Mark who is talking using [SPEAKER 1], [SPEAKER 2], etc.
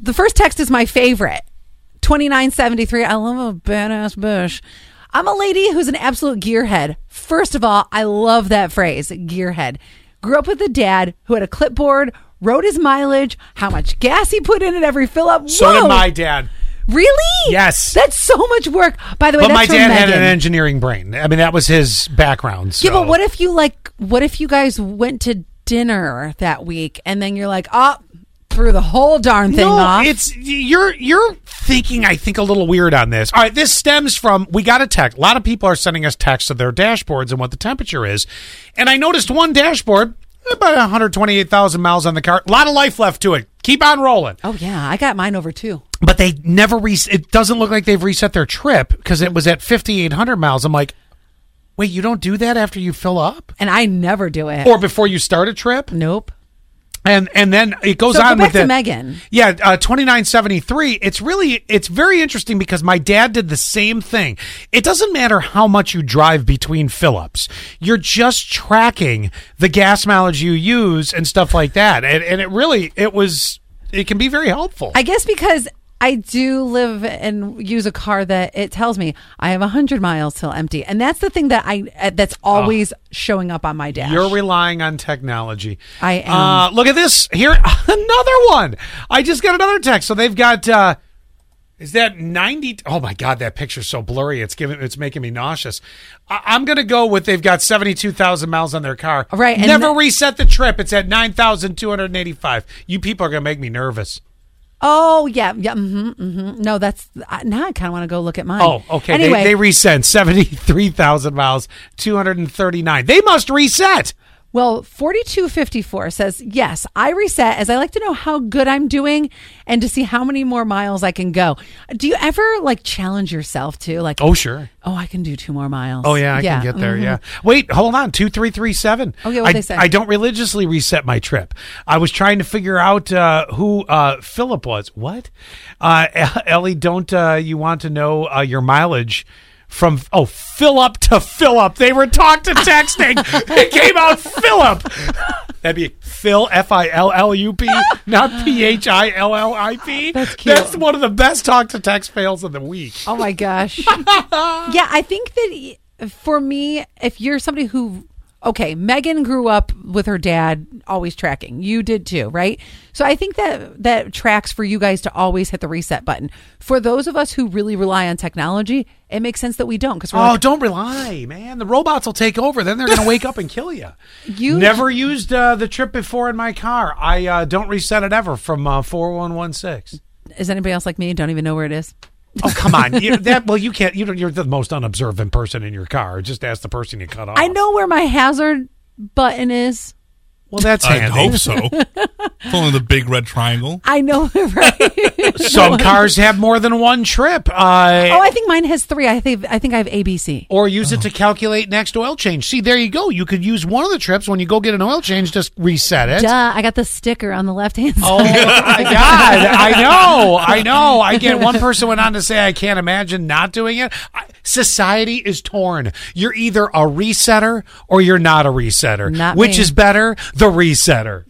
[SPEAKER 1] The first text is my favorite. 2973. I love a badass bush. I'm a lady who's an absolute gearhead. First of all, I love that phrase, gearhead. Grew up with a dad who had a clipboard, wrote his mileage, how much gas he put in at every fill up.
[SPEAKER 2] So
[SPEAKER 1] Whoa!
[SPEAKER 2] did my dad.
[SPEAKER 1] Really?
[SPEAKER 2] Yes.
[SPEAKER 1] That's so much work. By the way,
[SPEAKER 2] But
[SPEAKER 1] that's
[SPEAKER 2] my
[SPEAKER 1] from
[SPEAKER 2] dad had
[SPEAKER 1] Megan.
[SPEAKER 2] an engineering brain. I mean, that was his background.
[SPEAKER 1] Yeah,
[SPEAKER 2] so-
[SPEAKER 1] but what if you like? What if you guys went to dinner that week and then you're like, oh, threw the whole darn thing
[SPEAKER 2] no,
[SPEAKER 1] off.
[SPEAKER 2] It's you're you're thinking I think a little weird on this. All right, this stems from we got a text. A lot of people are sending us texts of their dashboards and what the temperature is. And I noticed one dashboard about 128,000 miles on the car. A lot of life left to it. Keep on rolling.
[SPEAKER 1] oh yeah, I got mine over too.
[SPEAKER 2] But they never re- it doesn't look like they've reset their trip because it was at 5800 miles. I'm like, "Wait, you don't do that after you fill up
[SPEAKER 1] And I never do it.
[SPEAKER 2] or before you start a trip?"
[SPEAKER 1] nope.
[SPEAKER 2] and and then it goes
[SPEAKER 1] So go
[SPEAKER 2] on
[SPEAKER 1] back
[SPEAKER 2] with
[SPEAKER 1] to
[SPEAKER 2] the-
[SPEAKER 1] Megan.
[SPEAKER 2] Yeah, uh, twenty nine seventy three. It's really it's very interesting because my dad did the same thing. It doesn't matter how much you drive between fill-ups. You're just tracking the gas mileage you use and stuff like that. And and it really it was it can be very helpful.
[SPEAKER 1] I guess because I do live and use a car that it tells me I have hundred miles till empty, and that's the thing that I uh, that's always showing up on my dash.
[SPEAKER 2] You're relying on technology.
[SPEAKER 1] I am.
[SPEAKER 2] Uh, look at this here, another one. I just got another text. So they've got. Uh, is that ninety? Oh my god, that picture's so blurry. It's giving. It's making me nauseous. I, I'm gonna go with they've got seventy-two thousand miles on their car.
[SPEAKER 1] Right, and
[SPEAKER 2] Never
[SPEAKER 1] the-
[SPEAKER 2] reset the trip. It's at nine thousand two hundred eighty-five. You people are gonna make me nervous.
[SPEAKER 1] oh yeah, yeah. hmm hmm No, that's I- now I kind of want to go look at mine.
[SPEAKER 2] Oh, okay. They-
[SPEAKER 1] Anyway,
[SPEAKER 2] they, resent seventy-three thousand miles, two hundred and thirty-nine. They must reset.
[SPEAKER 1] Well, 4254 says, Yes, I reset as I like to know how good I'm doing and to see how many more miles I can go. Do you ever like challenge yourself to, like, oh,
[SPEAKER 2] Oh sure.
[SPEAKER 1] I can do two more miles? Mm-hmm.
[SPEAKER 2] Oh yeah, I can get there. Yeah. Wait, hold on. Two three three seven.
[SPEAKER 1] Okay, what'd
[SPEAKER 2] I,
[SPEAKER 1] they say?
[SPEAKER 2] I don't religiously reset my trip. I was trying to figure out uh, who uh, Philip was. What? Uh, Ellie, don't uh, you want to know uh, your mileage? From oh Philip to Philip, they were talked to texting. it came out Philip. That'd be Phil F I L L U P, not P H I L L I P.
[SPEAKER 1] That's cute.
[SPEAKER 2] That's one of the best talk to text fails of the week.
[SPEAKER 1] Oh my gosh. yeah, I think that y- for me, if you're somebody who, okay, Megan grew up with her dad always tracking. You did too, right? So I think that that tracks for you guys to always hit the reset button. For those of us who really rely on technology, it makes sense that we don't because we're
[SPEAKER 2] Oh,
[SPEAKER 1] like,
[SPEAKER 2] don't rely, man. The robots will take over. Then they're going to wake up and kill you.
[SPEAKER 1] You-
[SPEAKER 2] never used uh, the trip before in my car. I uh, don't reset it ever from uh, four one one six.
[SPEAKER 1] is anybody else like me? Don't even know where it is.
[SPEAKER 2] Oh, come on. You, that well, you can't. You don't, you're the most unobservant person in your car. Just ask the person you cut off.
[SPEAKER 1] I know where my hazard button is.
[SPEAKER 2] Well, that's
[SPEAKER 3] I
[SPEAKER 2] handy.
[SPEAKER 3] hope so. It's only the big red triangle.
[SPEAKER 1] I know, oh, right?
[SPEAKER 2] Some cars have more than one trip. Uh,
[SPEAKER 1] oh, I think mine has three. I think I think I have ABC.
[SPEAKER 2] or use it to calculate next oil change. See, there you go. You could use one of the trips when you go get an oil change. Just reset it.
[SPEAKER 1] Duh, I got the sticker on the left hand side.
[SPEAKER 2] Oh my God! I know, I know. I get one person went on to say, "I can't imagine not doing it." I, society is torn. You're either a resetter or you're not a resetter.
[SPEAKER 1] Not
[SPEAKER 2] Which
[SPEAKER 1] me.
[SPEAKER 2] is better, the resetter?